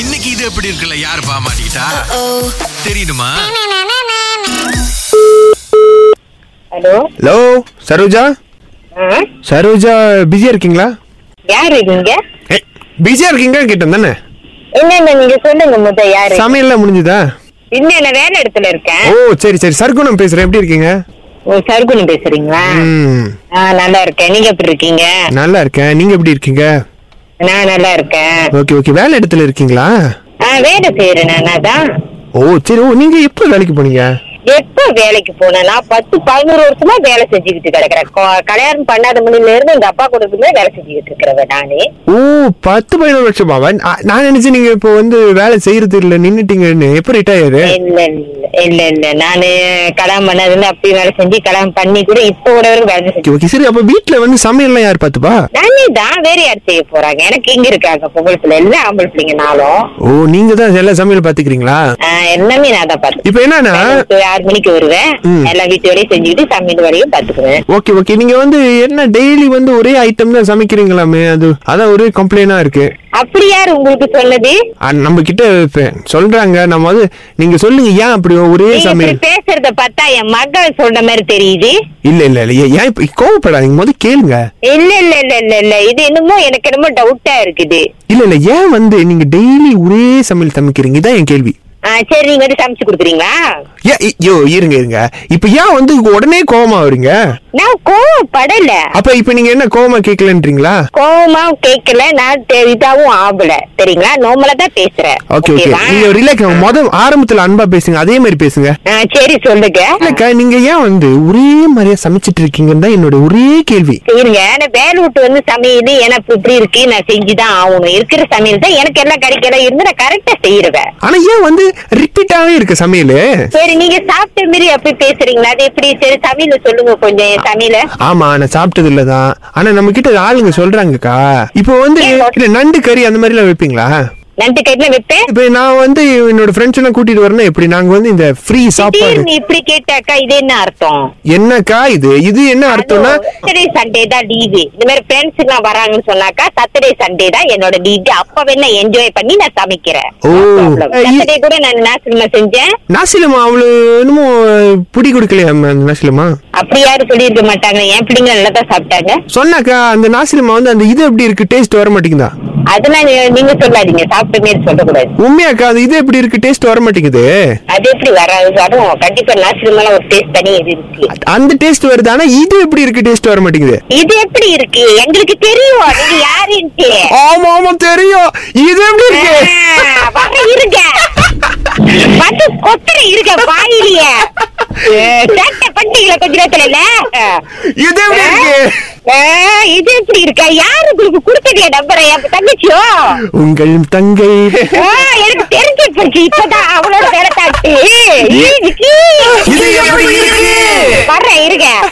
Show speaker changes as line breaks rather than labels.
இன்னைக்கு இது எப்படி இருக்குல்ல யார் பாமாட்டா தெரியுமா
ஹலோ
ஹலோ சரோஜா
ஆ
சரோஜா பிஸியா இருக்கீங்களா
யாரு நீங்க
பிஸியா இருக்கீங்களான்னு கேட்டேன் தானே
என்னென்ன நீங்க சொல்லுங்க முத யாரு
சமையல்லாம் முடிஞ்சுதா
இன்னும் நான் வேலை இடத்துல இருக்கேன்
ஓ சரி சரி சர்க்குணம் பேசுறேன் எப்படி இருக்கீங்க
ஓ சருகுணு பேசுறீங்களா
ம்
ஆ நல்லா இருக்கேன் நீங்க எப்படி இருக்கீங்க
நல்லா இருக்கேன் நீங்க எப்படி இருக்கீங்க
நான் நல்லா இருக்கேன்
ஓகே ஓகே வேலை இடத்துல இருக்கீங்களா
ஆ வேலை செய்யறேன் நான் அதான்
ஓ சரி ஓ நீங்க எப்போ வேலைக்கு போனீங்க
எப்ப வேலைக்கு போனா பத்து பதினோரு வருஷமா வேலை செஞ்சுக்கிட்டு கிடக்குறேன் கொ- கல்யாணம் பண்ணாத மணில இருந்து இந்த அப்பா கொடுக்குமே வேலை செஞ்சுக்கிட்டு இருக்கிறவ நானு
ஓ பத்து பதினோரு வருஷமாவா நான் நான் நினைச்சேன் நீங்க இப்போ வந்து வேலை செய்யறது இல்ல நின்னுட்டீங்கன்னு எப்போ ரிட்டையர்
இல்ல இல்ல இல்ல இல்ல நானு கல்யாணம் பண்ணாதுல அப்பயும் வேலை செஞ்சு கல்யாணம் பண்ணி கூட இப்போ கூட வரைக்கும் வேலை செஞ்சு
ஓகே ஓகே சரி அப்போ வீட்ல வந்து சமையல்லாம் யார் பார்த்துப்பா
நானே தான் வேற யார் செய்ய போறாங்க எனக்கு எங்க இருக்காங்க பொங்கல் பிள்ளை எல்லாம் ஆம்பளை பிள்ளைங்கனாலும்
ஓ நீங்க தான் எல்லா சமையல் பாத்துக்கிறீங்களா
ஆஹ் எல்லாமே நான் தான் பார்த்து
இப்போ என்னன்னா
ஆறு மணிக்கு வருவேன்
ம்.
எல்லா வீட்டு வேலையும் செஞ்சுக்கிட்டு சமையல் வேலையும் பாத்துக்குவேன்
ஓகே ஓகே நீங்க வந்து என்ன டெய்லி வந்து ஒரே ஐட்டம் தான் சமைக்கிறீங்களாமே அது அதான் ஒரே கம்ப்ளைண்டா இருக்கு
அப்படி யார் உங்களுக்கு சொன்னது
அ- நம்ம கிட்ட இப்ப சொல்றாங்க நம்ம வந்து நீங்க சொல்லுங்க ஏன் அப்படி ஒரே
நீங்க இப்படி
சமையல்
பேசுறத பார்த்தா என் மகள் சொல்ற மாதிரி தெரியுது
இல்ல இல்ல இல்ல ஏன் ஏன் இப்ப கோவப்படாதீங்க முத கேளுங்க
இல்ல இல்ல இல்ல இல்ல இல்ல இது என்னமோ எனக்கு என்னமோ டவுட்டா இருக்குது
இல்ல இல்ல ஏன் வந்து நீங்க டெய்லி ஒரே சமையல் சமைக்கிறீங்க இதான் என் கேள்வி
ஆஹ் சரி நீங்க வந்து சமைச்சு கொடுக்குறீங்களா
ஏன் இ- யோ இருங்க இருங்க இப்ப ஏன் வந்து உடனே கோவமா வரீங்க
நான் கோவப்படல
அப்ப இப்ப நீங்க என்ன கோவமா கேட்கலன்றீங்களா
கோவமா கேட்கல நான் தெ- இதாவும் ஆகல சரிங்களா நார்மலா தான் பேசுறேன்
ஓகே ஓகே
ஓகேவா?
நீங்க ரிலாக்ஸ் முத ஆரம்பத்துல அன்பா பேசுங்க அதே மாதிரி பேசுங்க
ஆ, சரி சொல்லுங்க
இல்லக்கா நீங்க ஏன் வந்து ஒரே மாதிரியா சமைச்சிட்டு இருக்கீங்கன்னு தான் என்னோட ஒரே கேள்வி
சரிங்க நான் வேலை விட்டு வந்து சமையல் எனக்கு இப்படி இருக்கு நான் செஞ்சுதான் ஆகணும் இருக்கிற சமையல் தான் எனக்கு எல்லாம் கிடைக்கலாம் இருந்து நான் கரெக்டா செய்யறேன்
ஆனா ஏன் வந்து ரிப்பீட்டாவே இருக்கு சமையல்
சரி நீங்க சாப்பிட்ட மாரி அப்படி பேசுறீங்களா அது எப்படி சரி சமையல சொல்லுங்க கொஞ்சம் என் சமையல
ஆமா நான் சாப்பிட்டது இல்லதான் ஆனா நம்ம கிட்ட ஆளுங்க சொல்றாங்கக்கா இப்போ வந்து இல்ல நண்டு கறி அந்த மாதிரி எல்லாம் வைப்பீங்களா
நண்டு கைட்ல வைப்பேன்
இப்போ நான் வந்து என்னோட ஃப்ரெண்ட்ஸ் எல்லாம் கூட்டிட்டு வரேன்னா எப்படி நாங்க வந்து இந்த ஃப்ரீ சாப்பாடு
திடீர்னு இப்படி கேட்டாக்கா இது என்ன அர்த்தம்
என்னக்கா இது இது என்ன அர்த்தம்னா
சாட்டர்டே சண்டே தான் லீவு இந்த மாதிரி ஃப்ரெண்ட்ஸ் எல்லாம் வராங்கன்னு சொன்னாக்கா சாட்டர்டே சண்டே தான் என்னோட லீவு அப்ப வேணா என்ஜாய் பண்ணி நான் சமைக்கிறேன்
ஓ. ஐ-
சாட்டர்டே கூட நான் நேச்சுரமா செஞ்சேன்
நாசிலமா அவளு என்னமோ பிடி கொடுக்கலையா அந்த நாசிலமா
அப்படி யாரும் சொல்லியிருக்க மாட்டாங்க என் பிள்ளைங்க நல்லா தான் சாப்பிட்டாங்க
சொன்னாக்கா அந்த நாசிலமா வந்து அந்த இது எப்படி இருக்கு டேஸ்ட் வர மாட்டேங்குதா
அதெல்லாம் நீ- நீங்க சொல்லாதீங்க சாப்பிட்ட மாரி சொல்லக்கூடாது
உண்மையாக்கா அது இது எப்படி இருக்கு டேஸ்ட் வர மாட்டேங்குது
அது எப்படி வராது அதுவும் கண்டிப்பா நாசிரமால ஒரு டேஸ்ட் தனி இது இருக்கு
அந்த டேஸ்ட் வருது ஆனா இது எப்படி இருக்கு டேஸ்ட் வர மாட்டேங்குது
இது எப்படி இருக்கு எங்களுக்கு தெரியும் நீங்க யாருன்ட்டு
ஆமா ஆமா தெரியும் இது எப்படி இருக்கு
ஆ, வர இருங்க வந்து கொத்துற இருக்க வாயிலியே சட்டை பண்ணிக்கல கொஞ்ச நேரத்துல இல்ல?
இது எப்படி இருக்கு
ஆ, இது எப்படி இருக்கா யாரு உங்களுக்கு கொடுத்தது என் நம்பரை என் தங்கச்சியோ
உங்கள் தங்கை
ஆ, எனக்கு தெரிஞ்சு போச்சு இப்பதான் அவளோட வேலை தாட்டி
இது எப்படி இருக்கு
வர்றேன் இருங்க